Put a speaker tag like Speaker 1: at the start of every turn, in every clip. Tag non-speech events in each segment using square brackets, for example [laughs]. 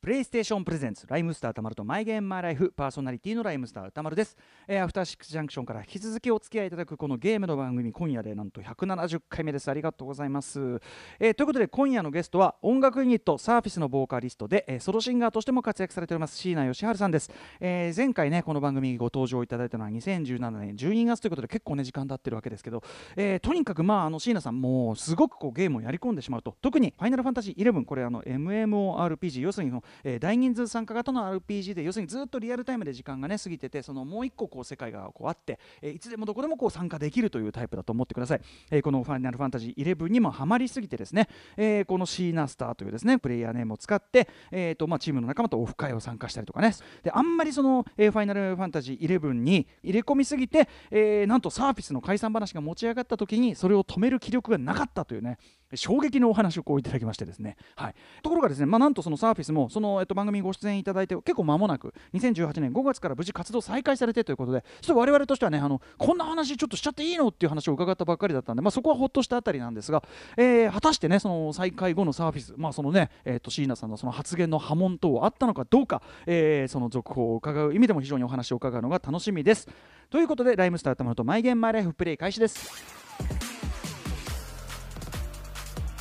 Speaker 1: プレイステーションプレゼンツライムスターたまるとマイゲームマイライフパーソナリティのライムスター歌丸です、えー、アフターシックスジャンクションから引き続きお付き合いいただくこのゲームの番組今夜でなんと170回目ですありがとうございます、えーということで今夜のゲストは音楽ユニットサーフィスのボーカリストで、えーソロシンガーとしても活躍されております椎名義治さんです、えー前回ねこの番組にご登場いただいたのは2017年12月ということで結構ね時間経ってるわけですけどえーとにかく、まあ、あの椎名さん、もうすごくこうゲームをやり込んでしまうと、特にファイナルファンタジー11、これあの MMORPG、要するにの、えー大人数参加型の RPG で、要するにずっとリアルタイムで時間が、ね、過ぎてて、そのもう一個こう世界がこうあって、えーいつでもどこでもこう参加できるというタイプだと思ってください。えーこのファイナルファンタジー11にもハマりすぎてですね、えーこの椎名スターというですねプレイヤーネームを使って、えーとまあ、チームの仲間とオフ会を参加したりとかね、であんまりその、えーファイナルファンタジー11に入れ込みすぎて、えーなんとサーフィスの解散話が持ち上がった時にそれを止める気力がなかったというね衝撃のお話をこういただきましてですね、はい、ところがですね、まあ、なんとそのサーフィスもその、えっと、番組にご出演いただいて結構間もなく2018年5月から無事活動再開されてということでちょっと我々としてはねあのこんな話ちょっとしちゃっていいのっていう話を伺ったばっかりだったんで、まあ、そこはほっとしたあたりなんですが、えー果たしてねその再開後のサーフィス、まあ、そのね、えっと椎名さんのその発言の波紋等あったのかどうか、えーその続報を伺う意味でも非常にお話を伺うのが楽しみです。ということで、ライムスターたまるとマイゲームマイライフプレイ開始です。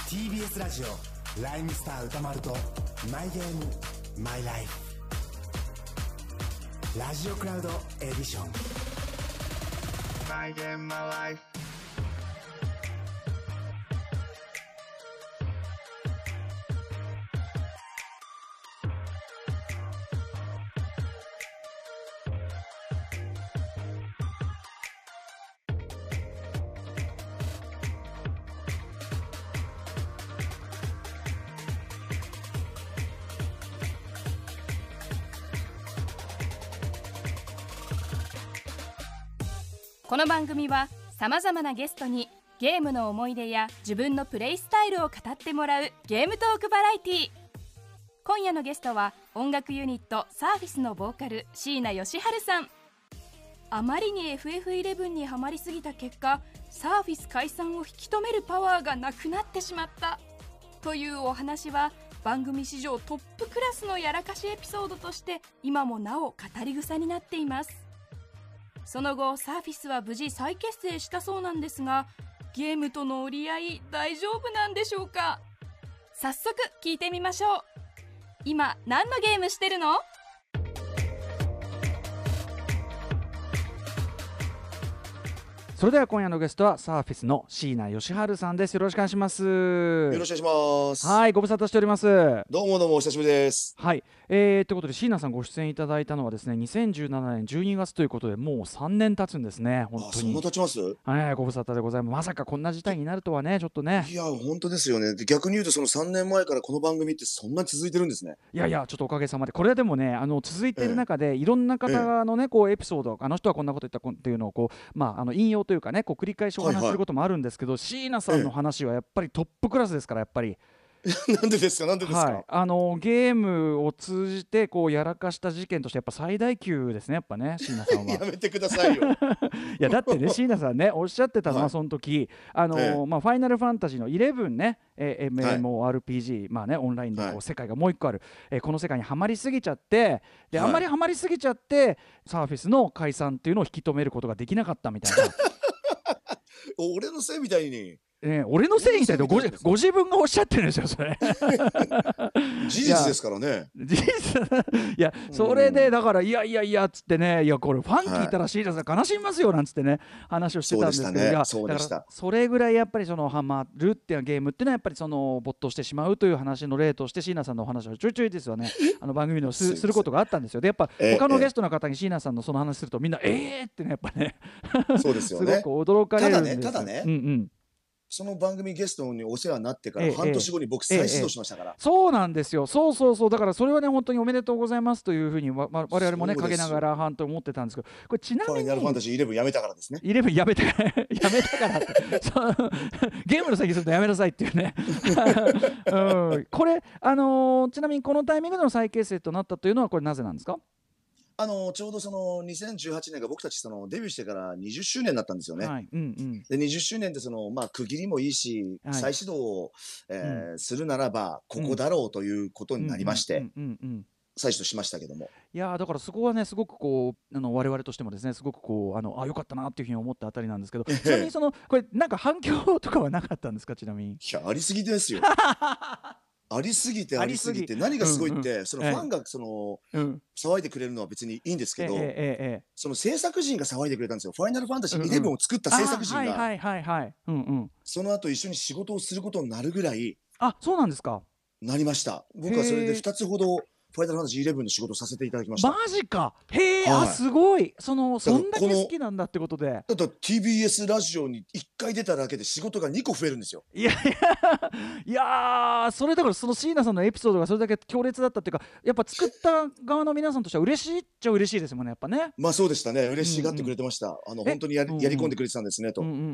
Speaker 2: TBS ラジオライムスター歌丸とマイゲームマイライフラジオクラウドエディション
Speaker 3: my game, my life.
Speaker 4: この番組はさまざまなゲストにゲームの思い出や自分のプレイスタイルを語ってもらうゲームトークバラエティー今夜のゲストは音楽ユニットサーフィスのボーカル椎名義治さんあまりに FF11 にはまりすぎた結果サーフィス解散を引き止めるパワーがなくなってしまったというお話は番組史上トップクラスのやらかしエピソードとして今もなお語り草になっていますその後サーフィスは無事再結成したそうなんですがゲームとの折り合い大丈夫なんでしょうか早速聞いてみましょう今何のゲームしてるの
Speaker 1: それでは今夜のゲストはサーフィスの椎名義治さんです。よろしくお願いします。
Speaker 5: よろしくお願いします。
Speaker 1: はい、ご無沙汰しております。
Speaker 5: どうもどうもお久しぶりです。
Speaker 1: はい、えー、ということで椎名さんご出演いただいたのはですね、2017年12月ということでもう3年経つんですね。本
Speaker 5: あ、
Speaker 1: 当
Speaker 5: そんな
Speaker 1: に。
Speaker 5: 経ちます？
Speaker 1: はい、ご無沙汰でございます。まさかこんな事態になるとはね、ちょっとね。
Speaker 5: いや、本当ですよね。で逆に言うとその3年前からこの番組ってそんなに続いてるんですね。
Speaker 1: [laughs] いやいや、ちょっとおかげさまで、これはでもね、あの続いてい
Speaker 5: え
Speaker 1: る
Speaker 5: え
Speaker 1: 中で、いろんな方のね、こうエピソード、あの人はこんなこと言ったこんっていうのをこう、まあ、あの引用というかね、こう繰り返しお
Speaker 5: は
Speaker 1: 話
Speaker 5: い
Speaker 1: し
Speaker 5: はい
Speaker 1: することもあるんですけど、椎名さんの話はやっぱりトップクラスですから、やっぱり。
Speaker 5: なんでですか？なんでですか？
Speaker 1: はい、あのゲームを通じてこうやらかした事件としてやっぱ最大級ですねやっぱ
Speaker 5: [laughs]
Speaker 1: ね椎名さんは。
Speaker 5: や
Speaker 1: い
Speaker 5: めてくださいよ。
Speaker 1: やだってね椎名さんねおっしゃってたのは
Speaker 5: はい
Speaker 1: その時、あの
Speaker 5: ええ
Speaker 1: まあ、ファイナルファンタジーの11ね、えー MMORPG、まあねオンラインでこ
Speaker 5: は
Speaker 1: う
Speaker 5: い
Speaker 1: 世界がもう一個ある、えーこの世界にはまりすぎちゃってで、
Speaker 5: はい
Speaker 1: あんまりはまりすぎちゃってサーフィスの解散っていうのを引き止めることができなかったみたい
Speaker 5: [laughs]
Speaker 1: な。
Speaker 5: お俺のせいみたいに
Speaker 1: えー俺のせいみたいなごじご自分がおっしゃってるんですよそれ
Speaker 5: 事実ですからね。
Speaker 1: 事実 [laughs] いやそれでだからいやいやいやっつってねいやこれファン聞いたら椎名さん悲しみますよなんつってね話をしてたんですけど
Speaker 5: そうでしたね
Speaker 1: いや
Speaker 5: そうでした
Speaker 1: だからそれぐらいやっぱりそのハマるっていうゲームっていうのはやっぱりその没頭してしまうという話の例として椎名さんのお話をちょいちょいですよ
Speaker 5: [laughs]
Speaker 1: ねあの番組の
Speaker 5: すい
Speaker 1: す
Speaker 5: ません
Speaker 1: することがあったんですよでやっぱ
Speaker 5: ええ
Speaker 1: 他のゲストの方に椎名さんのその話するとみんなええってねやっぱね
Speaker 5: そうで
Speaker 1: [laughs]
Speaker 5: す
Speaker 1: す
Speaker 5: よ
Speaker 1: ごく
Speaker 5: ね。
Speaker 1: 驚かれるんですよ
Speaker 5: ただねただね
Speaker 1: うんうん
Speaker 5: その番組ゲストにお世話になってか
Speaker 1: ええ
Speaker 5: ら半年後に僕
Speaker 1: ええ
Speaker 5: 再始動しましたから。
Speaker 1: そうなんですよ、そうそうそう、だからそれはね、本当におめでとうございますというふうにわ、わ我々もね、
Speaker 5: そう
Speaker 1: 陰
Speaker 5: ですよ
Speaker 1: ながら半と思ってたんですけど、これ、ちな
Speaker 5: ファ
Speaker 1: み
Speaker 5: イ
Speaker 1: に
Speaker 5: ナルファンタ、ジー11やめたからですね。
Speaker 1: イレブンやめて、や [laughs] めたからって、そうゲームの先するとやめなさいっていうね、 [laughs] うん、これ、あのーちなみにこのタイミングでの再結成となったというのは、これ、なぜなんですか
Speaker 5: あの、ちょうどその2018年が僕たちそのデビューしてから20周年だったんですよね。
Speaker 1: はい、うんうん、
Speaker 5: で20周年ってその、まあ、区切りもいいし、
Speaker 1: はい
Speaker 5: 再始動を、えーするならばここだろうということになりまして、
Speaker 1: うんうんうんうん
Speaker 5: 再始動しましたけども
Speaker 1: いやーだからそこはねすごくこうあの我々としてもですねすごくこうあのあよかったなっていうふうに思ったあたりなんですけどちなみにそのこれなんか反響とかはなかったんですかちなみに。
Speaker 5: いやありすぎですよありすぎてありすぎて何がすごいって、その
Speaker 1: ええ
Speaker 5: ファンがその
Speaker 1: うん、
Speaker 5: 騒いでくれるのは別にいいんです
Speaker 1: え
Speaker 5: け
Speaker 1: え
Speaker 5: ど、
Speaker 1: ええええ
Speaker 5: その制作陣が騒いでくれたんですよ「ファイナルファンタジー
Speaker 1: うんうん
Speaker 5: 11」を作った制作陣が、
Speaker 1: あーはいはいはいはい。うんうん。
Speaker 5: その後一緒に仕事をすることになるぐらい
Speaker 1: あそうなんですか。
Speaker 5: なりました僕はそれ
Speaker 1: へえ
Speaker 5: で2つほど「ファイナルファンタジー11」の仕事をさせていただきました
Speaker 1: マジか。へえ、
Speaker 5: は
Speaker 1: あ
Speaker 5: い
Speaker 1: すごい。その
Speaker 5: か
Speaker 1: そ
Speaker 5: ら
Speaker 1: んだけ
Speaker 5: この
Speaker 1: 好きなんだってことで。
Speaker 5: だと TBS ラジオに1回出ただけで仕事が2個増えるんですよ。
Speaker 1: いやいやいやーそれだからその椎名さんのエピソードがそれだけ強烈だったっていうかやっぱ作った側の皆さんとしては嬉しいっちゃ嬉しいですもんねやっぱね。
Speaker 5: まあそうでしたね。嬉しがってくれてました。あの
Speaker 1: え
Speaker 5: 本当にやり,、
Speaker 1: うんうん
Speaker 5: やり込んでくれてたんですねと。
Speaker 1: うんうんうんう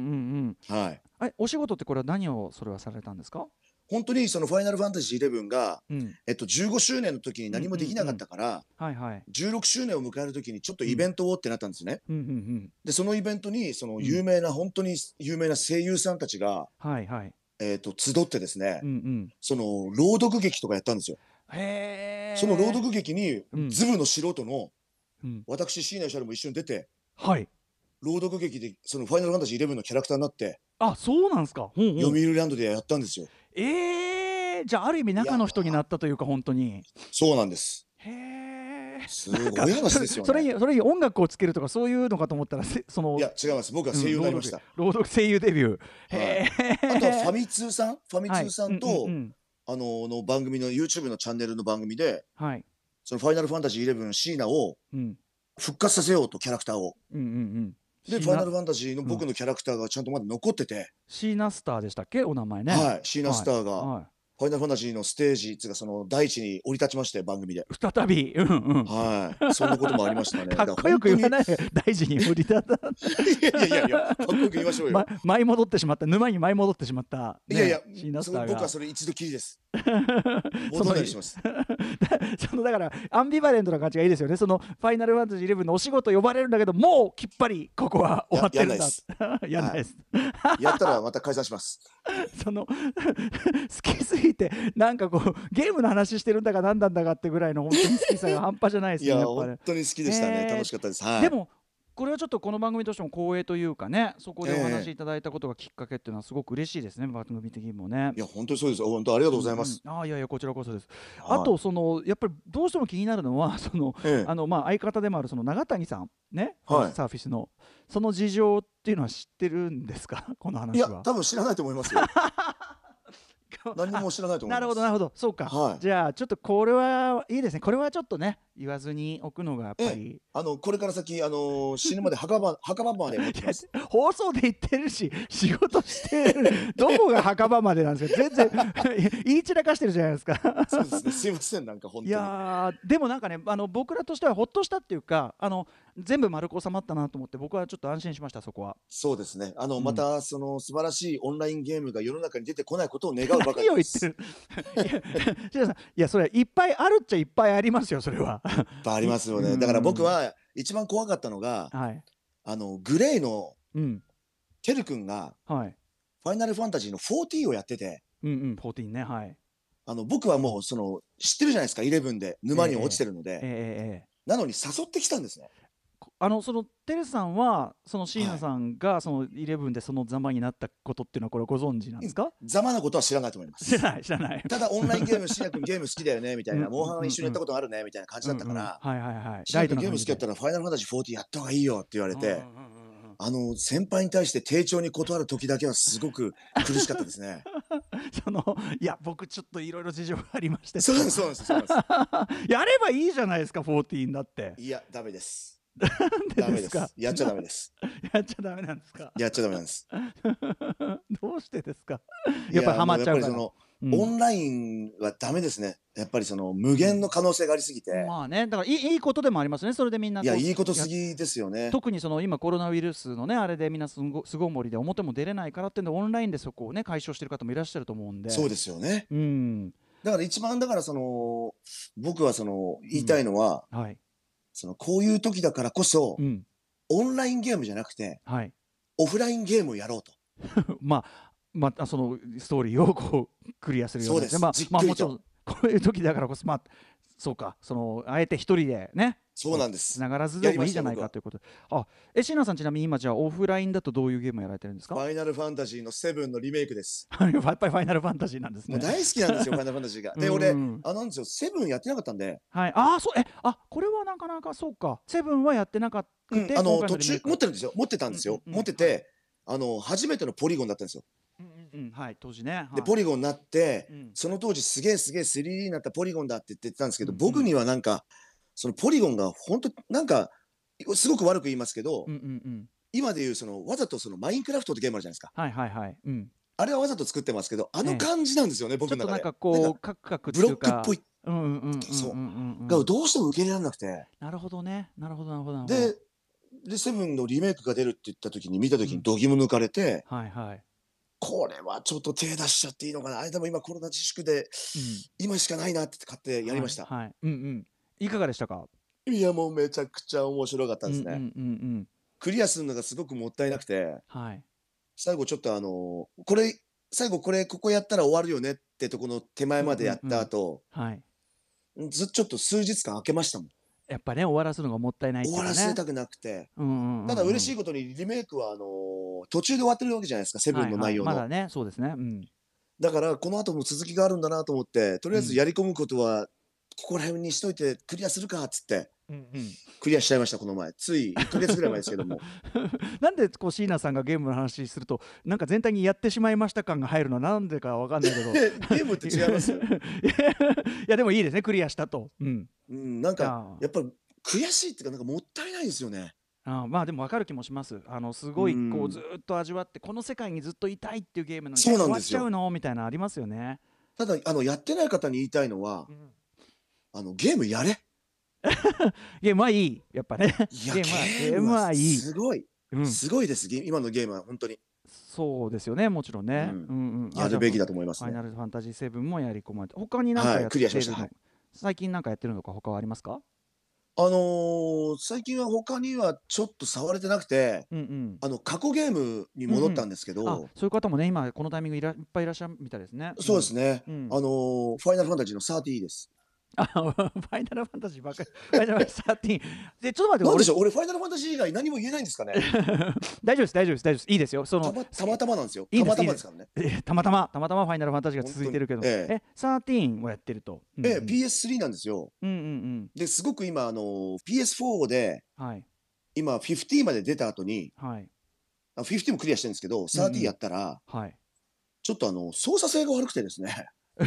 Speaker 1: ん。
Speaker 5: はい。
Speaker 1: あれお仕事ってこれは何をそれはされたんですか、
Speaker 5: 本当にそのファイナルファンタジー11が
Speaker 1: うん、
Speaker 5: えっと15周年の時に何もできなかったから、
Speaker 1: はいはい。
Speaker 5: 16周年を迎える時にちょっとイベントをってなったんですね。
Speaker 1: うんうんうん。
Speaker 5: でそのイベントにその
Speaker 1: ん
Speaker 5: 有名な、本当に有名な声優さんたちが
Speaker 1: はいはい。
Speaker 5: えっと集ってですね、
Speaker 1: うんうん。
Speaker 5: その朗読劇とかやったんですよ。
Speaker 1: へえ。
Speaker 5: その朗読劇に、
Speaker 1: うん
Speaker 5: ズブの素人の
Speaker 1: うん
Speaker 5: 私椎名シャルも一緒に出て
Speaker 1: はい。
Speaker 5: 朗読劇でそのファイナルファンタジー11のキャラクターになって。
Speaker 1: あそうなんですか。ほんほ
Speaker 5: 読
Speaker 1: ん
Speaker 5: 売ランドでやったんですよ。
Speaker 1: えー、じゃあある意味中の人になったというか本当に。
Speaker 5: そうなんです。
Speaker 1: へえ。
Speaker 5: すごい話ですよ
Speaker 1: それ
Speaker 5: ね。
Speaker 1: にそれに音楽をつけるとかそういうのかと思ったらせその
Speaker 5: いや違います。僕は声優になりました。
Speaker 1: うん朗読朗読声優デビュー。
Speaker 5: はい
Speaker 1: へー
Speaker 5: あとはファミ通さん、ファミ通さんと、
Speaker 1: はいうんうんうん
Speaker 5: あのの番組の YouTube のチャンネルの番組で、
Speaker 1: はい。
Speaker 5: そのファイナルファンタジー11シーナを
Speaker 1: うん
Speaker 5: 復活させようとキャラクターを。
Speaker 1: うんうんうん。
Speaker 5: で
Speaker 1: シ
Speaker 5: フ
Speaker 1: ー
Speaker 5: ァイ
Speaker 1: ナ
Speaker 5: ナルファンタジーの僕のキャラクターがちゃんとまだ残ってて、
Speaker 1: シーナスターでしたっけお名前ね。
Speaker 5: はい、シーナスターが、
Speaker 1: は
Speaker 5: ファイナルファンタジーのステージつうかその第一に降り立ちまして番組で。
Speaker 1: い。再び。うんうん。
Speaker 5: はい、そんなこともありましたね。
Speaker 1: [laughs] かっこよく言わ
Speaker 5: だから
Speaker 1: ない大事に振り立った、
Speaker 5: 本当に。いやいやいや、かっこよく言いましょうよ。
Speaker 1: ま、舞い戻ってしまった沼に舞い戻ってしまった、
Speaker 5: い
Speaker 1: ね
Speaker 5: やいや
Speaker 1: シー、ナ
Speaker 5: そ
Speaker 1: ス
Speaker 5: の
Speaker 1: ター
Speaker 5: 僕
Speaker 1: が
Speaker 5: は
Speaker 1: そ
Speaker 5: それ一度きりです。
Speaker 1: [laughs] その
Speaker 5: 戻りします。
Speaker 1: [laughs] のだからアンビバレントな感じがいいですよねそのファイナルファンタジー11のお仕事呼ばれるんだけどもうきっぱりここは終わってるんだ
Speaker 5: や
Speaker 1: [laughs] やん
Speaker 5: ん
Speaker 1: な
Speaker 5: ない
Speaker 1: で
Speaker 5: いですやったらまた解散します。
Speaker 1: その [laughs] 好きすぎてなんかこうゲームの話してるんだかなんだんだかってぐらいの本当に好きさが半端じゃないです
Speaker 5: い
Speaker 1: ね
Speaker 5: や、
Speaker 1: やっぱね
Speaker 5: 本当に好きでしたね。
Speaker 1: ねえ
Speaker 5: 楽しかったです。はい。
Speaker 1: でもこれはちょっとこの番組としても光栄というかねそこでお話しいただいたことがきっかけっていうのはすごく嬉しいですね、番組的にもね。
Speaker 5: いや、本当にそうです。本当ありがとうございます。
Speaker 1: うんうんあーいやいやこちらこそです。
Speaker 5: はい
Speaker 1: あとそのやっぱりどうしても気になるのはその
Speaker 5: [laughs] ええ
Speaker 1: あのまあ相方でもあるその永谷さんね、
Speaker 5: はい
Speaker 1: サーフィスのその事情っていうのは知ってるんですか [laughs] この
Speaker 5: い
Speaker 1: 話
Speaker 5: や、
Speaker 1: は。
Speaker 5: 多分知らないと思いますよ。何も知らないと思います。
Speaker 1: なるほどなるほどそうか、
Speaker 5: はい
Speaker 1: じゃあちょっとこれはいいですねこれはちょっとね言わずに置くのがやっぱり
Speaker 5: あの、これから先、あの
Speaker 1: [laughs]
Speaker 5: ー、死ぬまで墓場、墓場まで持ってきます。
Speaker 1: 放送で言ってるし [laughs] 仕事してる [laughs] どこが墓場までなんですか全然 [laughs] 言い散らかしてるじゃないですか
Speaker 5: そうですね。すいません、なんか本
Speaker 1: い
Speaker 5: 当に。
Speaker 1: やーでもなんかねあの僕らとしてはほっとしたっていうかあの全部丸く収まったなと思って僕はちょっと安心しましたそこは
Speaker 5: そうですね。あの、
Speaker 1: うん
Speaker 5: また、その素晴らしいオンラインゲームが世の中に出てこないことを願うばか
Speaker 1: 何
Speaker 5: り
Speaker 1: を言
Speaker 5: で
Speaker 1: っ
Speaker 5: す。
Speaker 1: てるいや白田さんいやそれはいっぱいあるっちゃいっぱいありますよそれは
Speaker 5: いっぱいありますよ
Speaker 1: う
Speaker 5: ね。
Speaker 1: ん
Speaker 5: だから僕は一番怖かったのが、
Speaker 1: はい
Speaker 5: あの、グレーの
Speaker 1: うん
Speaker 5: てるくんが、
Speaker 1: はい
Speaker 5: ファイナルファンタジーの40をやってて、
Speaker 1: うんうん14ねはい
Speaker 5: あの、僕はもう、その、知ってるじゃないですか、11で沼に落ちてるの
Speaker 1: え
Speaker 5: で、
Speaker 1: えええええ
Speaker 5: なのに誘ってきたんですね。
Speaker 1: こあのそのテレさんはその椎名さんがそのイレブンでそのざまになったことっていうのはこれご存知なんですか？
Speaker 5: ざまなことは知らないと思いま
Speaker 1: [laughs]
Speaker 5: す。
Speaker 1: 知らない知らない。
Speaker 5: ただ、オンラインゲーム、しな君ゲーム好きだよね、みたい
Speaker 1: うん
Speaker 5: な、モンハン一緒にやったことあるね、みたいな感じだったから、
Speaker 1: うんうんはいはいはい。
Speaker 5: しな君ゲ
Speaker 1: 感
Speaker 5: ーム好
Speaker 1: じ
Speaker 5: きだ
Speaker 1: で
Speaker 5: ったら、ファイナルファンタジー40やった方がいいよって言われて
Speaker 1: う、んうんうんうん
Speaker 5: あの、先輩に対して丁重に断る時だけはすごく苦しかったで
Speaker 1: [laughs]
Speaker 5: すね。
Speaker 1: そのいや僕ちょっといろいろ事情がありまして。
Speaker 5: そうなんです、そうなんです、そうなん
Speaker 1: [laughs]
Speaker 5: で
Speaker 1: やればいいじゃないですか14だって
Speaker 5: す。。いや、ダメです。
Speaker 1: な
Speaker 5: ダ
Speaker 1: んで
Speaker 5: メで
Speaker 1: ですか
Speaker 5: す。。やっちゃダメです。
Speaker 1: [laughs] やっちゃダメなんですか。
Speaker 5: やっちゃダメなんです。
Speaker 1: どうしてですか。 [laughs] やっぱりハマっちゃうから
Speaker 5: いや
Speaker 1: う
Speaker 5: もやっぱりそ
Speaker 1: ん
Speaker 5: の、オンラインはダメですね。やっぱりその、無限の可能性がありすぎて。
Speaker 1: まあねだからいいいいことでもありますねそれでみんない
Speaker 5: や、
Speaker 1: こう
Speaker 5: いいことすぎですよね。
Speaker 1: 特にその今コロナウイルスのねあれでみんなすご巣ごもりで表も出れないからってんでオンラインでそこをね解消してる方もいらっしゃると思うんで
Speaker 5: そうですよね。
Speaker 1: うん
Speaker 5: だから一番、だからその、僕はその、言いたいのは、
Speaker 1: はい
Speaker 5: そのこういう時だからこそ、
Speaker 1: うん
Speaker 5: オンラインゲームじゃなくて、
Speaker 1: はい [laughs]
Speaker 5: オフラインゲームをやろうと。
Speaker 1: まあまあそのストーリーをこうクリアするような
Speaker 5: そうです
Speaker 1: まあ
Speaker 5: じっくりと
Speaker 1: まあもちろんこういう時だからこそまあそうかそのあえて一人でね
Speaker 5: そうなんです。
Speaker 1: ながらずでもいいじゃないかということであえ椎名さんちなみに今じゃあオフラインだとどういうゲームやられてるんです
Speaker 5: フ
Speaker 1: かやっ
Speaker 5: ァイナルファンタジーのセブンのリメイクです。
Speaker 1: ぱりファイナルファンタジーなんです
Speaker 5: もう
Speaker 1: ね
Speaker 5: 大好きなんで
Speaker 1: [laughs]
Speaker 5: すよ、ファイナルファンタジーが。で、俺、
Speaker 1: うん
Speaker 5: あ、なんですよ、セブンやってなかったんで、
Speaker 1: はい、ああそうえあこれはなかなかそうかセブンはやってなかった
Speaker 5: うん
Speaker 1: で、
Speaker 5: あ
Speaker 1: 今
Speaker 5: の、
Speaker 1: 回
Speaker 5: 途
Speaker 1: リメ
Speaker 5: 中
Speaker 1: イ、ク
Speaker 5: 持ってるんですよ。持ってたんですよ。
Speaker 1: うんうんうん
Speaker 5: 持ってて、あの、初めてのポリゴンだったんですよ。
Speaker 1: うんうんうんはい当時ね、はい
Speaker 5: で、ポリゴンになって、
Speaker 1: うん
Speaker 5: その当時、すげえすげえ 3D になったポリゴンだって言ってたんですけど、
Speaker 1: うんうん
Speaker 5: 僕にはなんか、そのポリゴンが本当なんか、すごく悪く言いますけど、
Speaker 1: うんうんうん
Speaker 5: 今でいうそのわざとそのマインクラフトってゲームあるじゃないですか
Speaker 1: はいはいはい、うん、
Speaker 5: あれはわざと作ってますけどあ
Speaker 1: え
Speaker 5: の
Speaker 1: え
Speaker 5: 感じなんですよね、僕
Speaker 1: ちょ
Speaker 5: の
Speaker 1: っと
Speaker 5: 中
Speaker 1: なん
Speaker 5: で
Speaker 1: か
Speaker 5: な
Speaker 1: こ
Speaker 5: ん
Speaker 1: うカクカクって
Speaker 5: ブ
Speaker 1: い
Speaker 5: ロ
Speaker 1: う
Speaker 5: ックっ
Speaker 1: か
Speaker 5: ぽい
Speaker 1: うんうんうんうんうん
Speaker 5: そうん
Speaker 1: うん
Speaker 5: がどうしても受け入れられなくて、
Speaker 1: なるほどねなるほどなるほどなるほど
Speaker 5: ででセブンのリメイクが出るって言った時に見た時に度肝抜かれて、
Speaker 1: はいはい、
Speaker 5: これはちょっと手出しちゃっていいのかなあれでも今コロナ自粛で今しかないなって買って
Speaker 1: うん、
Speaker 5: やりました、
Speaker 1: はい、はい、うんうんいかがでしたか
Speaker 5: い、やもうめちゃくちゃ面白かったですね、
Speaker 1: うんうんうんうん
Speaker 5: クリアするのがすごくもったいなくて
Speaker 1: はい
Speaker 5: 最後ちょっとあのーこれ最後これここやったら終わるよねってとこの手前までやった後、
Speaker 1: はい
Speaker 5: ずっとちょっと数日間空けましたもん。
Speaker 1: やっぱね終わらすのがもったいないってい
Speaker 5: 終
Speaker 1: うか
Speaker 5: わ
Speaker 1: ね
Speaker 5: らせたくなくて。
Speaker 1: うんうんうんうん
Speaker 5: ただ嬉しいことにリメイクはあのー途中で終わってるわけじゃないですか、セブンの内容の。
Speaker 1: はいはい、まだねそうですねうん
Speaker 5: だからこの後も続きがあるんだなと思って、とりあえずやり込むことはここら辺にしといてクリアするかっつって、 [laughs]
Speaker 1: うんうん
Speaker 5: クリアしちゃいました、この前。つい1ヶ月ぐらい前ですけ
Speaker 1: [laughs]
Speaker 5: ども。
Speaker 1: なんでこう椎名さんがゲームの話するとなんか全体にやってしまいました感が入るのはなんでかわかんないけど。
Speaker 5: ゲームって [laughs] 違いますよ
Speaker 1: [laughs] いやでもいいですねクリアしたと、うん、
Speaker 5: うん、なんか
Speaker 1: あー
Speaker 5: やっぱり悔しいっていうか、なんかもったいないですよね。
Speaker 1: あーまあでもわかる気もしますあのすごい
Speaker 5: うん
Speaker 1: こうずーっと味わってこの世界にずっといたいっていうゲームなのに
Speaker 5: そうな
Speaker 1: 終
Speaker 5: ん
Speaker 1: わっ
Speaker 5: です
Speaker 1: ち
Speaker 5: よ
Speaker 1: ゃうのみたいなのありますよね
Speaker 5: ただ、あの、やってない方に言いたいのは、あの、ゲームやれ。
Speaker 1: ゲームはいいやっぱね
Speaker 5: いや、
Speaker 1: ゲ
Speaker 5: ゲ
Speaker 1: ームは
Speaker 5: ーム
Speaker 1: ゲームは
Speaker 5: はいい
Speaker 1: い
Speaker 5: い。すごい。
Speaker 1: うん
Speaker 5: すごいです、ゲ今のゲームは本当に。
Speaker 1: そうですよねもちろんね、う
Speaker 5: うん
Speaker 1: う
Speaker 5: ん
Speaker 1: んあ
Speaker 5: やるべきだと思いま
Speaker 1: じ
Speaker 5: す
Speaker 1: ゃあファイ
Speaker 5: ね
Speaker 1: ナ。ルファンタジー7もやり込まれて他に何かやってるの、
Speaker 5: はいクリアしましたはい
Speaker 1: 最近何かやってるのか他はありますか
Speaker 5: あのー最近は他にはちょっと触れてなくて、
Speaker 1: うんうん
Speaker 5: あの、過去ゲームに戻ったんですけど、
Speaker 1: あそういう方もね今このタイミングいらいっぱいいらっしゃるみたいですね。
Speaker 5: そうです
Speaker 1: ね。
Speaker 5: ね、
Speaker 1: うん
Speaker 5: あのーファイナルファンタジーの30です。
Speaker 1: あファイナルファンタジーばっかり。ファイナルファンタジーサーティーン。でちょっと
Speaker 5: なんで
Speaker 1: 待っ
Speaker 5: してょう、俺、ファイナルファンタジー以外何も言えないんで
Speaker 1: [laughs]
Speaker 5: すかね。
Speaker 1: 大丈夫です大丈夫です大丈夫ですいいですよそ
Speaker 5: た
Speaker 1: の
Speaker 5: またまたまなんですよ。
Speaker 1: いいん
Speaker 5: た
Speaker 1: です
Speaker 5: またまですからね。
Speaker 1: えたまたまたまたまファイナルファンタジーが続いてるけど
Speaker 5: 本当にええ
Speaker 1: えサーティーンをやってると。うんうん
Speaker 5: ええ、PS3 なんですよ。
Speaker 1: うんうん
Speaker 5: ですごく今、あのー PS4 で、
Speaker 1: うんはい
Speaker 5: 今、50まで出た後に、
Speaker 1: はい
Speaker 5: あ50もクリアしてるんですけど、
Speaker 1: うんうん
Speaker 5: 30やったら、
Speaker 1: はい。
Speaker 5: ちょっとあの、操作性が悪くてですね。
Speaker 1: [laughs]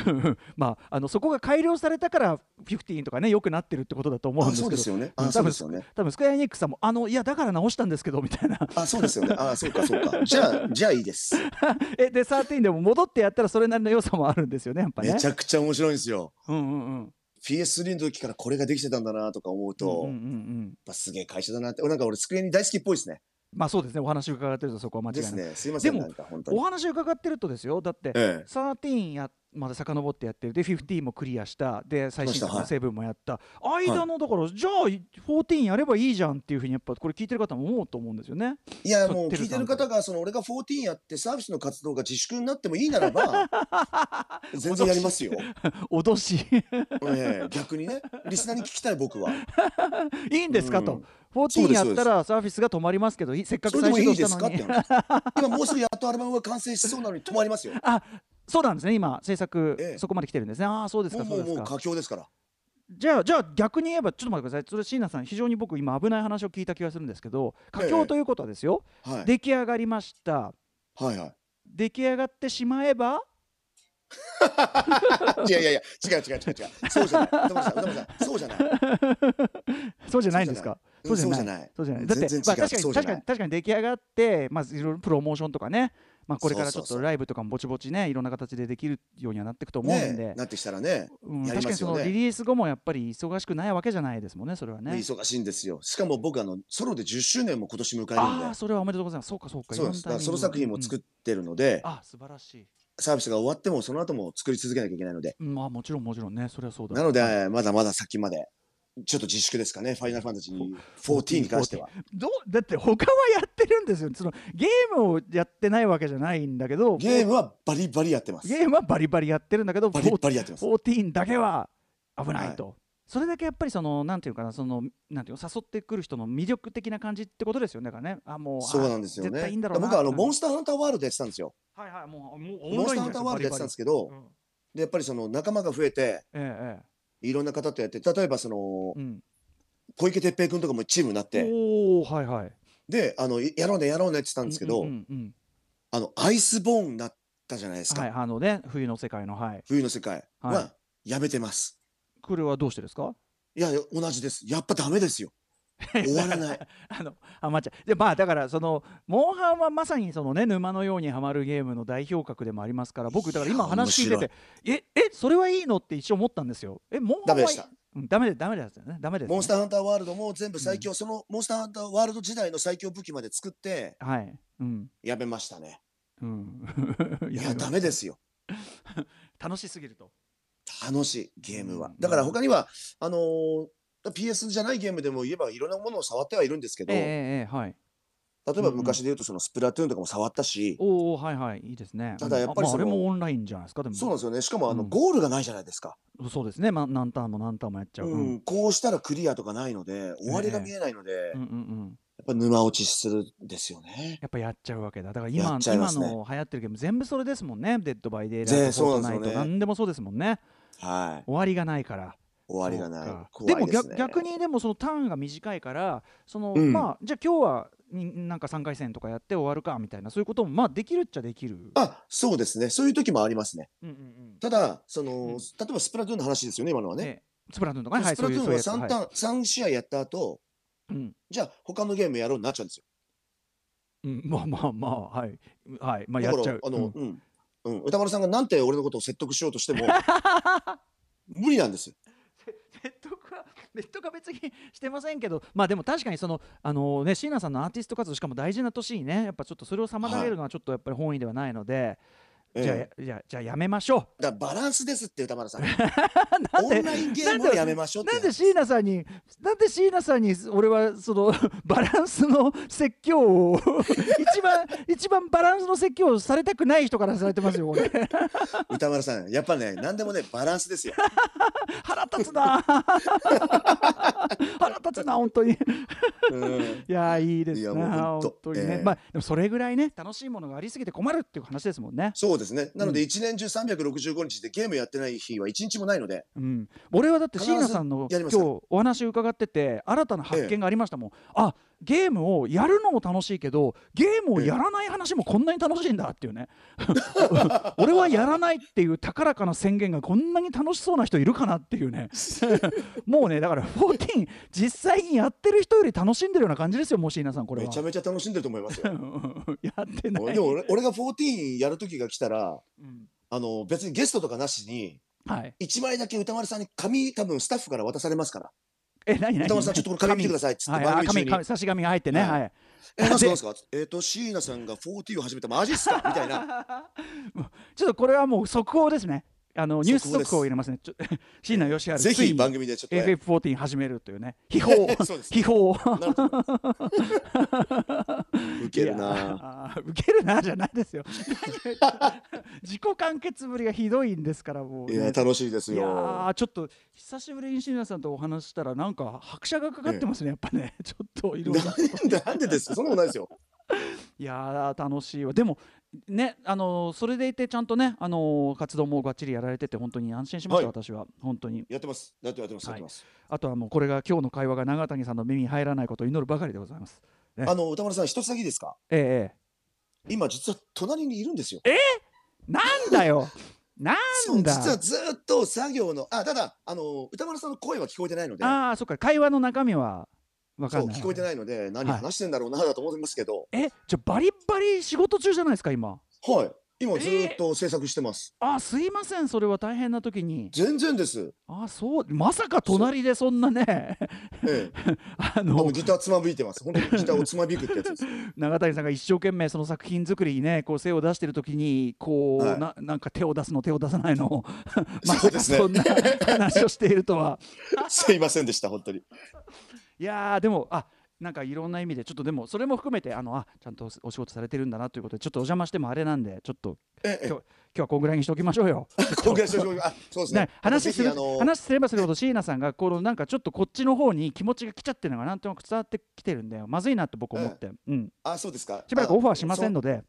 Speaker 1: まああのそこが改良されたから15とかね良くなってるってことだと思うん
Speaker 5: あ、
Speaker 1: ですけ
Speaker 5: そ
Speaker 1: ど。
Speaker 5: うですよね。
Speaker 1: うん
Speaker 5: あ、そうですよね。
Speaker 1: 多分スクエアエニックスさんもあのいやだから直したんですけどみたいな [laughs]
Speaker 5: あ、そうですよね。あ、そうか、そうか。じゃあ、じゃあいいです。
Speaker 1: えでサーティーンでも戻ってやったらそれなりの良さもあるんですよねやっぱね。
Speaker 5: めちゃくちゃ面白いんですよ。
Speaker 1: うんうんうん。
Speaker 5: PS3 の時からこれができてたんだなとか思うと、
Speaker 1: うんうんう
Speaker 5: やっ
Speaker 1: ん、
Speaker 5: ぱすげえ会社だなって、なんか俺、机に大好きっぽいですね。
Speaker 1: まあそうですねお話伺ってるとそこは間違い
Speaker 5: で
Speaker 1: ない
Speaker 5: すね。すいません、
Speaker 1: でも
Speaker 5: なんか本当
Speaker 1: お
Speaker 5: に。
Speaker 1: 話伺ってるとですよだって、
Speaker 5: ええ。
Speaker 1: 13やまで遡ってやってるで15もクリアしたで最新作の
Speaker 5: はい
Speaker 1: 7もやった、間のだから、じゃあ14やればいいじゃんっていうふうにやっぱこれ聞いてる方も思うと思うんですよね。
Speaker 5: いや、
Speaker 1: 撮ってる
Speaker 5: もう聞いてる方が、その俺が14やってサービスの活動が自粛になってもいいな
Speaker 1: [laughs]
Speaker 5: らば、全然やりますよ。
Speaker 1: 脅し
Speaker 5: ええ、逆にね、リスナーに聞きたい僕は。
Speaker 1: いいんですか
Speaker 5: う
Speaker 1: と
Speaker 5: んそう
Speaker 1: 14
Speaker 5: です
Speaker 1: やったらサーフィスが止まりますけどいせっか
Speaker 5: そ
Speaker 1: く
Speaker 5: れで
Speaker 1: 最
Speaker 5: も
Speaker 1: 初動
Speaker 5: いいで
Speaker 1: し
Speaker 5: す
Speaker 1: た
Speaker 5: か
Speaker 1: の
Speaker 5: って
Speaker 1: に。
Speaker 5: 話。今もうすぐやっとアルバムが完成しそうなのに止まりますよ。
Speaker 1: あそうなんですね今制作、
Speaker 5: ええ
Speaker 1: そこまで来てるんですねあ [laughs] あそうです
Speaker 5: も
Speaker 1: か
Speaker 5: う
Speaker 1: そう
Speaker 5: もう
Speaker 1: です
Speaker 5: もう
Speaker 1: か
Speaker 5: 佳境ですから。
Speaker 1: じゃあ、じゃあ逆に言えば、ちょっと待ってください、それ、椎名さん、非常に僕、今、危ない話を聞いた気がするんですけど、佳
Speaker 5: え
Speaker 1: 境
Speaker 5: え
Speaker 1: ということはですよ、
Speaker 5: はい。
Speaker 1: 出来上がりました、
Speaker 5: はいは
Speaker 1: 出来上がってしまえ
Speaker 5: [laughs]
Speaker 1: ば、
Speaker 5: い。いやいやいや、違う違う違う違う。そうじゃない。歌丸さん、歌丸さん、そうじゃない。
Speaker 1: そうじゃないんですか。
Speaker 5: うんそうじゃ
Speaker 1: い。
Speaker 5: ない。
Speaker 1: [laughs] そうじゃないだって、
Speaker 5: 全
Speaker 1: まあ、
Speaker 5: 然違
Speaker 1: 確
Speaker 5: う。
Speaker 1: かに
Speaker 5: そうじゃ
Speaker 1: 確か
Speaker 5: な
Speaker 1: に
Speaker 5: い。
Speaker 1: 確かに出来上がって、まあ、いろいろプロモーションとかね、まあ、これからちょっ
Speaker 5: そうそうそ
Speaker 1: と
Speaker 5: う
Speaker 1: ライブとかもぼちぼちね、いろんな形でできるようにはなっていくと思うんで、
Speaker 5: ねえ、なってきたらね、
Speaker 1: うん
Speaker 5: や
Speaker 1: 確か
Speaker 5: りま
Speaker 1: に
Speaker 5: す
Speaker 1: そ
Speaker 5: よ
Speaker 1: のリ
Speaker 5: ね。
Speaker 1: リース後もやっぱり忙しくないわけじゃないですもんね、それはね。
Speaker 5: 忙しいんですよ。しかも僕あのソロで10周年も今年迎える
Speaker 1: あ
Speaker 5: ん
Speaker 1: あ、
Speaker 5: で。
Speaker 1: それはおめでとうございます。そうか、そうか、
Speaker 5: そうなんです。だ
Speaker 1: いろん
Speaker 5: から
Speaker 1: な
Speaker 5: ソロ作品も作
Speaker 1: っ
Speaker 5: ってるので、
Speaker 1: あ素晴らしい。
Speaker 5: サービスが終わってもその後も作り続けなきゃいけないので。
Speaker 1: まあもちろんもちろんねそれはそうだ
Speaker 5: なので、まだまだ先までちょっと自粛ですかね、ファイナルファンタジー14に関しては。
Speaker 1: どうだって他はやってるんですよそのゲームをやってないわけじゃないんだけど
Speaker 5: ゲームはバリバリやってます。
Speaker 1: ゲームはバリバリやってるんだけど
Speaker 5: バリバリやってます。
Speaker 1: 14だけは危ないと、それだけやっぱりそのなんていうかなそのなんていうの誘ってくる人の魅力的な感じってことですよねだからねあもう
Speaker 5: そうなんですよ
Speaker 1: 絶
Speaker 5: ね。
Speaker 1: 対いいんだろうな
Speaker 5: 僕はあのモン
Speaker 1: ス
Speaker 5: スターハンターワールドやってたんですよ。
Speaker 1: はいはいもうもう
Speaker 5: モンスターハンターワールドやってたんですけど、
Speaker 1: うん
Speaker 5: でやっぱりその仲間が増えて、
Speaker 1: ええ
Speaker 5: いろんな方とやって、例えばその
Speaker 1: ええうん
Speaker 5: 小池徹平君とかもチームになって、
Speaker 1: おおはいはい
Speaker 5: であのいやろうねやろうねって言ってたんですけど、
Speaker 1: うんうんうん
Speaker 5: あのアイスボーンになったじゃないですか。
Speaker 1: はいあのね冬の世界のはい
Speaker 5: 冬の世界は、
Speaker 1: は
Speaker 5: やめてます。
Speaker 1: これはどうしてですか [laughs]
Speaker 5: いやいや同じです。やっぱダメですよ。終わらない。
Speaker 1: あのハマっちゃうでまあだからそのモンハンはまさにそのね沼のようにはまるゲームの代表格でもありますから僕だから今
Speaker 5: いや
Speaker 1: 話聞いててええそれはいいのって一瞬思ったんですよえモンハ
Speaker 5: ダ
Speaker 1: ン
Speaker 5: メ
Speaker 1: は
Speaker 5: でした。
Speaker 1: うんダメでダメですよねダメですね、
Speaker 5: モンスターハンターワールドも全部最強、そのモンスターハンターワールド時代の最強武器まで作って
Speaker 1: はいうん
Speaker 5: やめましたね。
Speaker 1: うん [laughs]
Speaker 5: い
Speaker 1: や
Speaker 5: やダメですよ。
Speaker 1: 楽しすぎると
Speaker 5: 楽しいゲームは
Speaker 1: うん。
Speaker 5: だから他にはあのー PS じゃないゲームでも言えばいろんなものを触ってはいるんですけど、
Speaker 1: ええええええはい
Speaker 5: 例えば昔で言うとそのスプラトゥーンとかも触ったし、
Speaker 1: おおはいはいいいですね
Speaker 5: ただやっ
Speaker 1: うんあ,、
Speaker 5: ぱり
Speaker 1: まあ、あ
Speaker 5: そ
Speaker 1: れ
Speaker 5: の
Speaker 1: もオンラインじゃないですかでも
Speaker 5: そうなんですよねしかもあの
Speaker 1: うん
Speaker 5: ゴールがないじゃないですか、
Speaker 1: そうですね、まあ、何ターンも何ターンもやっちゃ
Speaker 5: う
Speaker 1: う、
Speaker 5: ん
Speaker 1: うんうん
Speaker 5: こうしたらクリアとかないので終わりが見えないので、
Speaker 1: うんう
Speaker 5: やっ
Speaker 1: ん、
Speaker 5: ぱ沼落ちするんですよね。
Speaker 1: やっぱやっちゃうわけだ。だから
Speaker 5: や
Speaker 1: 今,、
Speaker 5: っちゃいま
Speaker 1: 今
Speaker 5: すね
Speaker 1: の流行ってるゲーム全部それですもんね。デッドバイデイライ
Speaker 5: ぜ
Speaker 1: ト、フ
Speaker 5: そ
Speaker 1: ォー
Speaker 5: う
Speaker 1: ト
Speaker 5: な
Speaker 1: ナ
Speaker 5: ん
Speaker 1: イ
Speaker 5: で
Speaker 1: ト、
Speaker 5: すよね
Speaker 1: 何でもそうですもんね。
Speaker 5: はい
Speaker 1: 終わりがないから。
Speaker 5: 終わりが
Speaker 1: そう
Speaker 5: ない
Speaker 1: か
Speaker 5: 怖い
Speaker 1: で
Speaker 5: です
Speaker 1: も
Speaker 5: ね。
Speaker 1: 逆逆にでもそのターンが短いから、その、
Speaker 5: うん
Speaker 1: まあじゃあ今日はになんか3回戦とかやって終わるかみたいなそういうこともまあできるっちゃできる。
Speaker 5: あそうですねそういう時もありますね。
Speaker 1: うんうんうん。
Speaker 5: ただその、
Speaker 1: うん
Speaker 5: 例えばスプラトゥーンの話ですよね今のはね。
Speaker 1: ね。スプラトゥーンとかね、はい、
Speaker 5: スプラトゥーンは
Speaker 1: そういう
Speaker 5: 3
Speaker 1: そういうやつ
Speaker 5: ターン、三試合やった後
Speaker 1: はいうん
Speaker 5: じゃあ他のゲームやろうになっちゃうんですよ。
Speaker 1: うん、まあまあまあはいはいまあ
Speaker 5: だ
Speaker 1: やっ
Speaker 5: から
Speaker 1: ちゃう。
Speaker 5: あ
Speaker 1: う
Speaker 5: の
Speaker 1: ん、
Speaker 5: うん、うん、歌丸さんがなんて俺のことを説得しようとして
Speaker 1: [laughs]
Speaker 5: も無理なんですよ。
Speaker 1: 説得は説得は別にしてませんけどまあでも確かにそのあのね椎名さんのアーティスト活動しかも大事な年にねやっぱちょっとそれを妨げるのはちょっとやっぱり本意ではないので、
Speaker 5: ええ
Speaker 1: じゃあやじゃあじゃあやめましょ
Speaker 5: だからバランスですって歌丸
Speaker 1: [laughs]
Speaker 5: さん。
Speaker 1: う
Speaker 5: オンラインゲームをやめましょうって
Speaker 1: なんで椎名さんになんで椎名さんに俺はその [laughs] バランスの説教を一
Speaker 5: [laughs]
Speaker 1: 番一番バランスの説教をされたくない人からされてますよ俺
Speaker 5: 歌丸さんやっぱね何でもねバランス
Speaker 1: [laughs]
Speaker 5: ですよ。
Speaker 1: 腹立つ
Speaker 5: [laughs]
Speaker 1: な腹立つな本当に
Speaker 5: うん
Speaker 1: いやーいいです
Speaker 5: い
Speaker 1: ね
Speaker 5: やもうほんと
Speaker 1: 本当にね、
Speaker 5: ええ
Speaker 1: まあでもそれぐらいね楽しいものがありすぎて困るっていう話ですもんね、
Speaker 5: そうですね。なの
Speaker 1: う
Speaker 5: で一年中365日でゲームやってない日は一日もないので。
Speaker 1: うん、俺はだって
Speaker 5: 必ず
Speaker 1: 椎名さんの
Speaker 5: や
Speaker 1: 今
Speaker 5: りま
Speaker 1: 日
Speaker 5: す
Speaker 1: お話伺ってて新たな発見がありましたもん、あゲームをやるのも楽しいけどゲームをやらない話もこんなに楽しいんだっていう
Speaker 5: [laughs]
Speaker 1: ね俺はやらないっていう高らかな宣言がこんなに楽しそうな人いるかなっていうねもうねだから14実際にやってる人より楽しんでるような感じですよもう椎名さんこれ
Speaker 5: め
Speaker 1: は
Speaker 5: ちゃめちゃ楽しんでると思いますよ。
Speaker 1: [laughs] やってない
Speaker 5: でも俺俺が14やる時が来たら
Speaker 1: うん
Speaker 5: あの別にゲストとかなしに
Speaker 1: はい
Speaker 5: 1枚だけ歌丸さんに紙多分スタッフから渡されますから
Speaker 1: え、何何
Speaker 5: 歌丸さんちょっとこれ紙見てくださいっつって
Speaker 1: はい、あ
Speaker 5: 番組中
Speaker 1: 紙、
Speaker 5: に
Speaker 1: 紙、差し紙が入ってね、
Speaker 5: はい
Speaker 1: はい。 [laughs]
Speaker 5: 「えなんすかなんすか?」えっと椎名さんが40を始めたマジっすか?」みた
Speaker 1: [laughs]
Speaker 5: いな
Speaker 1: ちょっとこれはもう速報ですね。あのニュース速
Speaker 5: 速報です
Speaker 1: 報を入れますね。ちょ [laughs] 椎名義明
Speaker 5: ぜひ番
Speaker 1: 組
Speaker 5: 組でちょっとね
Speaker 1: FF14 始めるというね。秘宝
Speaker 5: [laughs] そうで、
Speaker 1: [laughs]
Speaker 5: す
Speaker 1: 秘宝。
Speaker 5: なるほど [laughs] ウケる
Speaker 1: いや
Speaker 5: な
Speaker 1: あー受けるなじゃないですよ。 [laughs] 何を言って自己完結ぶりがひどいんですからもう、
Speaker 5: い
Speaker 1: ね。
Speaker 5: や楽しいです
Speaker 1: いや
Speaker 5: よ
Speaker 1: ーちょっと久しぶりに椎名さんとお話ししたらなんか拍車がかかってますね、やっぱね [laughs] ちょっといろんなこと
Speaker 5: [laughs] なんなんでですかそんなことないですよ
Speaker 1: いやー楽しいわでもねあのーそれでいてちゃんとねあのー活動もがっちりやられてて本当に安心しました、
Speaker 5: はい
Speaker 1: 私は本当に
Speaker 5: やってますやってますやってます
Speaker 1: あとはもうこれが今日の会話が永谷さんの耳に入らないことを祈るばかりでございますはい
Speaker 5: あの歌丸さん一つだけいいですか
Speaker 1: え
Speaker 5: 今実は隣にいるんですよ
Speaker 1: えええなんだ
Speaker 5: [laughs]
Speaker 1: よな
Speaker 5: そ
Speaker 1: ん
Speaker 5: う
Speaker 1: だ
Speaker 5: 実はずっと作業のあただあの歌丸さんの声は聞こえてないので
Speaker 1: ああそっか会話の中身は分か
Speaker 5: そうん
Speaker 1: ない
Speaker 5: 聞こえて
Speaker 1: い
Speaker 5: ないので何
Speaker 1: はい
Speaker 5: 話してんだろうなだと思いますけど
Speaker 1: えじゃあバリバリ仕事中じゃないですか今
Speaker 5: はい今ずーっと制作してます。
Speaker 1: あすいませんそれは大変な時に
Speaker 5: 全然です。
Speaker 1: あそうまさか隣でそんなね [laughs]
Speaker 5: ええ、
Speaker 1: あ
Speaker 5: あの
Speaker 1: の
Speaker 5: ギターつまぶいてます。本当にギターをつまびくって
Speaker 1: [laughs]
Speaker 5: やつです。
Speaker 1: 永谷さんが一生懸命その作品作りにねこう精を出してる時にこう、
Speaker 5: はい
Speaker 1: ななんか手を出すの手を出さないの [laughs] ま
Speaker 5: そ
Speaker 1: さ
Speaker 5: うで
Speaker 1: か
Speaker 5: すね
Speaker 1: そんな話をしているとは。
Speaker 5: すいませんでした本当に。
Speaker 1: いやーでもあなんかいろんな意味でちょっとでもそれも含めてあのあちゃんとお仕事されてるんだなということでちょっとお邪魔してもあれなんでちょっと
Speaker 5: ええ
Speaker 1: 今日今日はこんぐらいにしておきましょうよ。
Speaker 5: 公開した状況あそうですね
Speaker 1: ね。話す
Speaker 5: ぜひ
Speaker 1: る
Speaker 5: あの
Speaker 1: 話すればするほど椎名さんがこのなんかちょっとこっちの方に気持ちが来ちゃってるのがなんとなく伝わってきてるんでまずいなと僕思って、うん、
Speaker 5: あそうですか。
Speaker 1: しばらくオファーしませんの
Speaker 5: の。
Speaker 1: で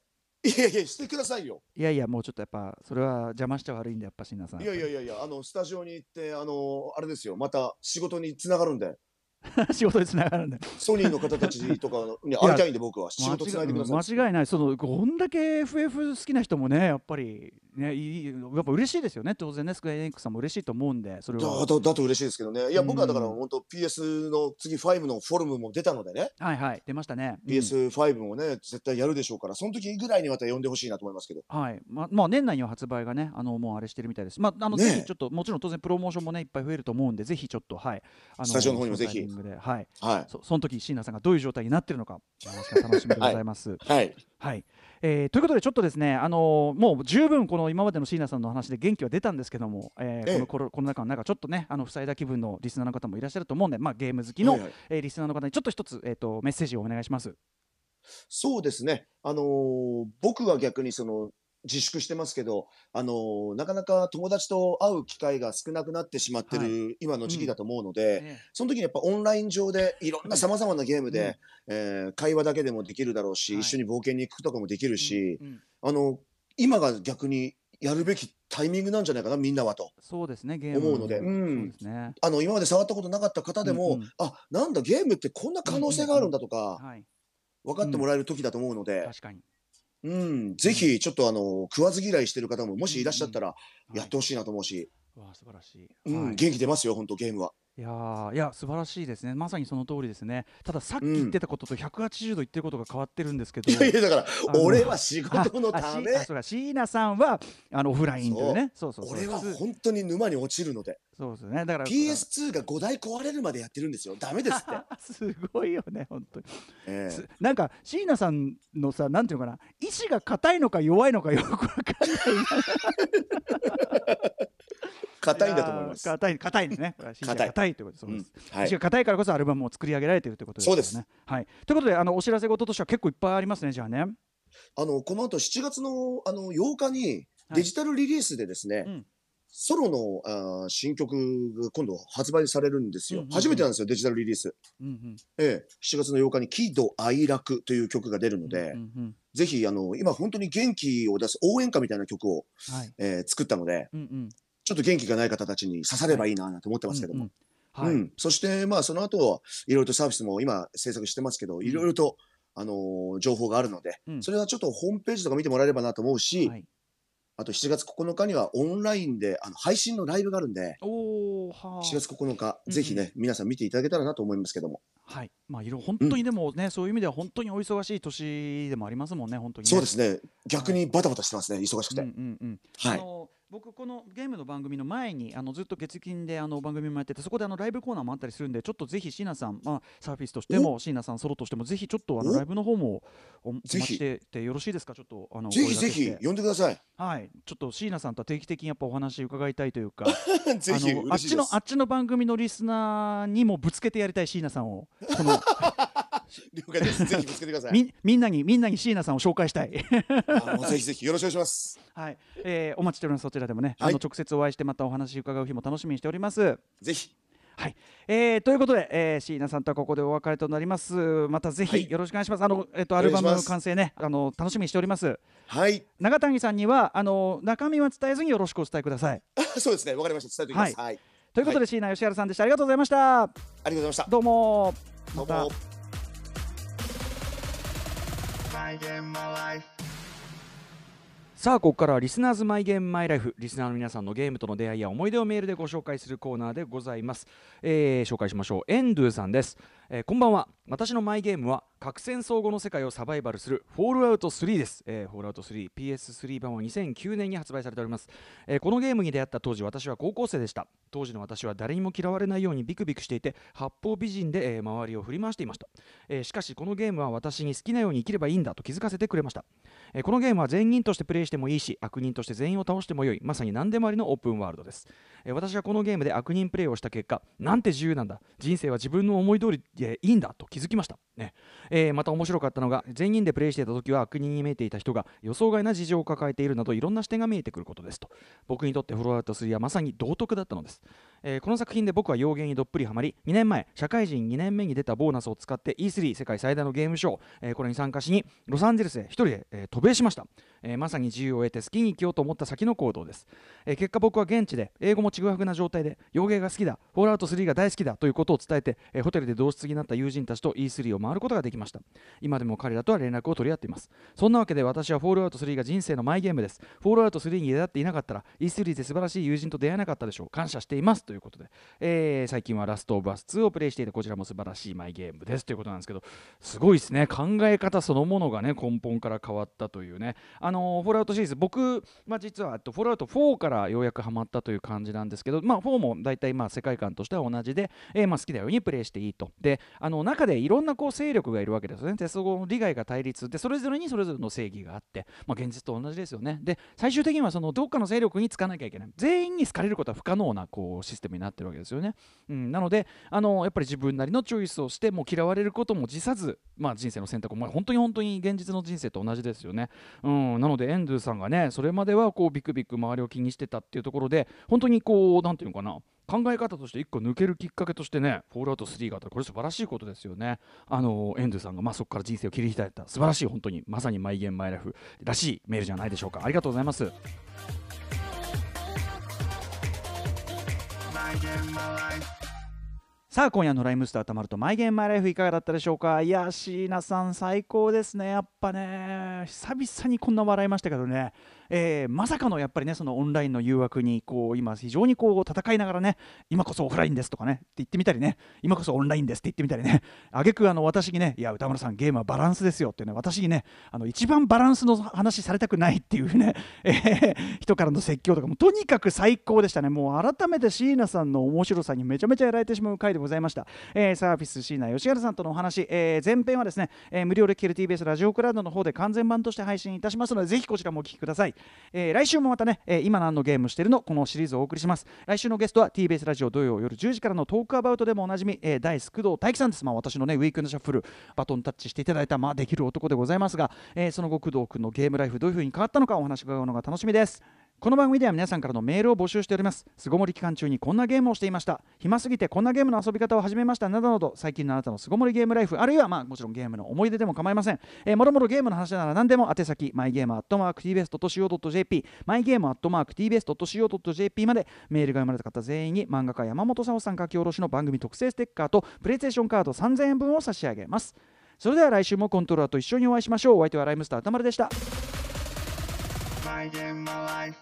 Speaker 5: そいやいやしてくださいよ。
Speaker 1: いやいやもうちょっとやっぱそれは邪魔して悪いんでやっぱ椎名さん
Speaker 5: いやいやいやいやあのスタジオに行ってあのあれですよまた仕事につながるんで
Speaker 1: [laughs] 仕事につながるんで
Speaker 5: ソニーの方たちとかに会いたいんで僕は仕事つないでください。
Speaker 1: 間違いないそのこんだけ FF 好きな人もねやっぱりねいいやっぱ嬉しいですよね当然ねスクエアエニックスさんも嬉しいと思うんでそれ
Speaker 5: だ
Speaker 1: は
Speaker 5: だだと嬉しいですけどね。いや、僕はだから
Speaker 1: うん
Speaker 5: 本当 PS の次5のフォルムも出たのでね、
Speaker 1: はいはい出ましたね、うん
Speaker 5: PS5 もね、絶対やるでしょうから、その時ぐらいにまた呼んでほしいなと思いますけど。
Speaker 1: はいままあ年内には発売がねあのもうあれしてるみたいですまああの、
Speaker 5: ねえ
Speaker 1: ぜひちょっともちろん当然プロモーションもねいっぱい増えると思うんでぜひちょっとはいあ
Speaker 5: スタジオの方にもぜひ
Speaker 1: そタイミングではい
Speaker 5: は
Speaker 1: そその時椎名さんがどういう状態になってるのかお話が楽しみでございます、
Speaker 5: い。はい。
Speaker 1: はい、えーということでちょっとですね、あのーもう十分この今までの椎名さんの話で元気は出たんですけども、えー
Speaker 5: ええ
Speaker 1: このコロコロナ禍の中ちょっとねあの塞いだ気分のリスナーの方もいらっしゃると思うんで、まあ、ゲーム好きの、
Speaker 5: はいはい
Speaker 1: えーリスナーの方にちょっと一つ、えー、とメッセージをお願いします。
Speaker 5: そうですね。あのー僕は逆にその、自粛してますけど、あのーなかなか友達と会う機会が少なくなってしまってる、
Speaker 1: は
Speaker 5: 今の時期だと思うので、
Speaker 1: え
Speaker 5: その時にやっぱオンライン上でいろんな様々なゲームで、えー会話だけでもできるだろうし、
Speaker 1: はい
Speaker 5: 一緒に冒険に行くとかもできるし、
Speaker 1: うんうん
Speaker 5: あの今が逆にやるべきタイミングなんじゃないかなみんなはと。
Speaker 1: そうですねゲーム
Speaker 5: 思うのでうん
Speaker 1: そうですね
Speaker 5: あの今まで触ったことなかった方でも、
Speaker 1: うんうん
Speaker 5: あなんだゲームってこんな可能性があるんだとか、
Speaker 1: はい
Speaker 5: 分かってもらえる時だと思うので、
Speaker 1: 確かに、
Speaker 5: うんぜひちょっとあの食わず嫌いしてる方ももしいらっしゃったらやって
Speaker 1: は
Speaker 5: ほしいなと思うし、
Speaker 1: い、わあ素晴らしい、
Speaker 5: うん
Speaker 1: はい
Speaker 5: 元気出ますよ本当ゲームは。
Speaker 1: いやーいや素晴らしいですねまさにその通りですねたださっき言ってたことと180度言ってることが変わってるんですけど、
Speaker 5: いやいやだから
Speaker 1: あの
Speaker 5: 俺は仕
Speaker 1: あ
Speaker 5: 事のため
Speaker 1: あしあそうだ椎名さんはあのオフラインというねそうそうそう
Speaker 5: 俺は
Speaker 1: 普通
Speaker 5: 本当に沼に落ちるので
Speaker 1: そうですねだから
Speaker 5: PS2 が5台壊れるまでやってるんですよダメですって
Speaker 1: [laughs] すごいよね本当に、
Speaker 5: え
Speaker 1: す
Speaker 5: え。
Speaker 1: なんか椎名さんのさなんていうのかな意志が硬いのか弱いのかよくわかんない
Speaker 5: 硬いんだと思います。
Speaker 1: やー硬い硬いですねこれは意志が
Speaker 5: [laughs] 硬い
Speaker 1: 硬いということですそうです、
Speaker 5: うんは
Speaker 1: 意志
Speaker 5: い
Speaker 1: が硬いからこそアルバムを作り上げられているということですよね
Speaker 5: そうで
Speaker 1: はい、ということであのお知らせ事としては結構いっぱいありますねじゃあね
Speaker 5: あのこの後7月のあの8日にデジタルリリースでですね、
Speaker 1: うん
Speaker 5: ソロのあー新曲が今度発売されるんですよ、
Speaker 1: うんうんうん
Speaker 5: 初めてなんですよデジタルリリース、
Speaker 1: うんうん
Speaker 5: ええ、7月の8日に「喜怒哀楽」という曲が出るので、
Speaker 1: うんうん
Speaker 5: ぜひあの今本当に元気を出す応援歌みたいな曲を、
Speaker 1: うんはい
Speaker 5: えー作ったので
Speaker 1: うんうん
Speaker 5: ちょっと元気がない方たちに刺さればいいななんて思ってますけど
Speaker 1: う
Speaker 5: も、
Speaker 1: んうんはい、
Speaker 5: うん、そしてまあその後はいろいろとサービスも今制作してますけどいろいろと、あのー情報があるので、
Speaker 1: うん
Speaker 5: それはちょっとホームページとか見てもらえればなと思うし、
Speaker 1: はい、
Speaker 5: あと7月9日にはオンラインであの配信のライブがあるんで、
Speaker 1: おおはあ
Speaker 5: 7月9日、
Speaker 1: うん
Speaker 5: ぜひね、皆さん見ていただけたらなと思いますけども。
Speaker 1: はい、まあ、いろ、本当にでもね、そういう意味では本当にお忙しい年でもありますもんね、本当にね、
Speaker 5: そうですね、逆にバタバタしてますね、忙しくて。
Speaker 1: うんうんうん
Speaker 5: は
Speaker 1: あ
Speaker 5: い。
Speaker 1: の僕このゲームの番組の前にあのずっと月金であの番組もやっててそこであのライブコーナーもあったりするんでちょっとぜひ椎名さん、まあ、サーフィスとしても椎名さんソロとしてもぜひちょっとあの
Speaker 5: お
Speaker 1: ライブの方もおお
Speaker 5: ぜ
Speaker 1: 待
Speaker 5: ひ
Speaker 1: ちしててよろしいですかちょっとあの
Speaker 5: ぜ
Speaker 1: お声
Speaker 5: ひぜ
Speaker 1: 掛けし
Speaker 5: ひ
Speaker 1: て
Speaker 5: 呼んでください。
Speaker 1: はいちょっと椎名さんとは定期的にやっぱお話伺いたいというか
Speaker 5: [laughs] ぜひ
Speaker 1: あのあ
Speaker 5: 嬉
Speaker 1: っ
Speaker 5: しい
Speaker 1: ち
Speaker 5: で
Speaker 1: の
Speaker 5: す
Speaker 1: あ。っちの番組のリスナーにもぶつけてやりたい椎名さんをこの
Speaker 5: 了解
Speaker 1: [laughs]
Speaker 5: です。ぜひぶつけてください。
Speaker 1: みみんなにみんなに椎名さんを紹介したい。
Speaker 5: あのぜひぜひよろしくお願いします。
Speaker 1: はい、えーお待ちしております。そちらでもね、
Speaker 5: はい
Speaker 1: あの直接お会いしてまたお話伺う日も楽しみにしております。
Speaker 5: ぜひ。
Speaker 1: はい、えーということで、えー、椎名さんとはここでお別れとなります。またぜ
Speaker 5: は
Speaker 1: ひ
Speaker 5: い
Speaker 1: よろしくお願いします。あのえっ、と
Speaker 5: お
Speaker 1: ア
Speaker 5: 願
Speaker 1: ル
Speaker 5: いしま
Speaker 1: バ
Speaker 5: す
Speaker 1: ム完成ね、あの楽しみにしております。
Speaker 5: はい。 [laughs]
Speaker 1: 長谷さんにはあの中身は伝えずによろしくお伝えください。
Speaker 5: そうですね。わかりました。伝えておきます。
Speaker 1: は
Speaker 5: はい。
Speaker 1: ということで、
Speaker 5: は
Speaker 1: 椎名義原さんでした。ありがとうございました。
Speaker 5: ありがとうございました。
Speaker 1: どうも。ま
Speaker 5: どう
Speaker 1: た
Speaker 5: も。
Speaker 3: My game, my life.
Speaker 1: さあここからはリスナーズマイゲームマイライフリスナーの皆さんのゲームとの出会いや思い出をメールでご紹介するコーナーでございます、えー紹介しましょうエンドゥさんです、えーこんばんは私のマイゲームは核戦争後の世界をサバイバルするフォールアウト3です、えーフォールアウト 3PS3 版は2009年に発売されております、えーこのゲームに出会った当時私は高校生でした当時の私は誰にも嫌われないようにビクビクしていて八方美人で、えー周りを振り回していました、えーしかしこのゲームは私に好きなように生きればいいんだと気づかせてくれました、えーこのゲームは善人としてプレイしてもいいし悪人として全員を倒してもよいまさに何でもありのオープンワールドです、えー私はこのゲームで悪人プレイをした結果なんて自由なんだ人生は自分の思い通りでいいんだと気づきました、ねえーまた面白かったのが全員でプレイしていた時は悪人に見えていた人が予想外な事情を抱えているなどいろんな視点が見えてくることですと僕にとってフォローアウト3はまさに道徳だったのです、えーこの作品で僕は妖言にどっぷりハマり2年前社会人2年目に出たボーナスを使って E3 世界最大のゲームショー、えーこれに参加しにロサンゼルスへ一人で、えー渡米しました、えーまさに自由を得て好きに生きようと思った先の行動です、えー結果僕は現地で英語もちぐはぐな状態で妖芸が好きだフォールアウト3が大好きだということを伝えて、えーホテルで同室になった友人たちと E3 を回ることができました今でも彼らとは連絡を取り合っていますそんなわけで私はフォールアウト3が人生のマイゲームですフォールアウト3に出会っていなかったら E3 で素晴らしい友人と出会えなかったでしょう感謝していますということで、えー最近はラストオブアス2をプレイしていてこちらも素晴らしいマイゲームですということなんですけどすごいですね考え方そのものがね根本から変わったというねあのーフォールアウトシリーズ僕、まあ、実はえっとフォールアウト4からようやくハマったという感じなんですけど、まあ、4も大体まあ世界観としては同じで、えーまあ、好きなようにプレイしていいとであの中でいろんなこう勢力がいるわけですよねでそこの利害が対立でそれぞれにそれぞれの正義があって、まあ、現実と同じですよねで最終的にはそのどっかの勢力につかなきゃいけない全員に好かれることは不可能なこうシステムになってるわけですよね、うん、なのであのやっぱり自分なりのチョイスをしてもう嫌われることも辞さず、まあ、人生の選択も、まあ、本当に本当に現実の人生と同じですよね、うん、なのでエンドゥさんがねそれまではこうビクビク周りを気にしてたっていうところで本当にこうなんていうのかな考え方として一個抜けるきっかけとしてね、フォールアウト3があったらこれ素晴らしいことですよね。あのエンドゥさんがまあそこから人生を切り開いた素晴らしい本当にまさにマイゲームマイライフらしいメールじゃないでしょうか。ありがとうございます。さあ今夜の「ライムスターたまるとマイゲームマイライフ」いかがだったでしょうかいや椎名さん最高ですねやっぱね久々にこんな笑いましたけどね、えーまさかのやっぱりねそのオンラインの誘惑にこう今非常にこう戦いながらね今こそオフラインですとかねって言ってみたりね今こそオンラインですって言ってみたりね挙句あの私にねいや歌丸さんゲームはバランスですよってね私にねあの一番バランスの話されたくないっていうね、えー人からの説教とかもとにかく最高でしたねもう改めて椎名さんの面白さにめちゃめちゃやられてしまう回でございました、えーサーフィス椎名義原さんとのお話、えー前編はですね、えー無料で聴ける TBS ラジオクラウドの方で完全版として配信いたしますのでぜひこちらもお聴きください、えー来週もまたね、えー今何のゲームしてるのこのシリーズをお送りします来週のゲストは TBS ラジオ土曜夜10時からのトークアバウトでもおなじみ、えー、ダイス工藤大樹さんです、まあ、私のねウィークエンドシャッフルバトンタッチしていただいた、まあ、できる男でございますが、えーその後工藤君のゲームライフどういう風に変わったのかお話伺うのが楽しみですこの番組では皆さんからのメールを募集しております。巣ごもり期間中にこんなゲームをしていました。暇すぎてこんなゲームの遊び方を始めましたなどなど、最近のあなたの巣ごもりゲームライフ、あるいはまあもちろんゲームの思い出でも構いません。えーもろもろゲームの話なら何でも宛先、mygame.tbest.co.jp、mygame.tbest.co.jp までメールが読まれた方全員に漫画家山本沙帆さん書き下ろしの番組特製ステッカーとプレイステーションカード3000円分を差し上げます。それでは来週もコントローラーと一緒にお会いしましょう。お相手はライムスター歌丸でした。
Speaker 3: My game, my life.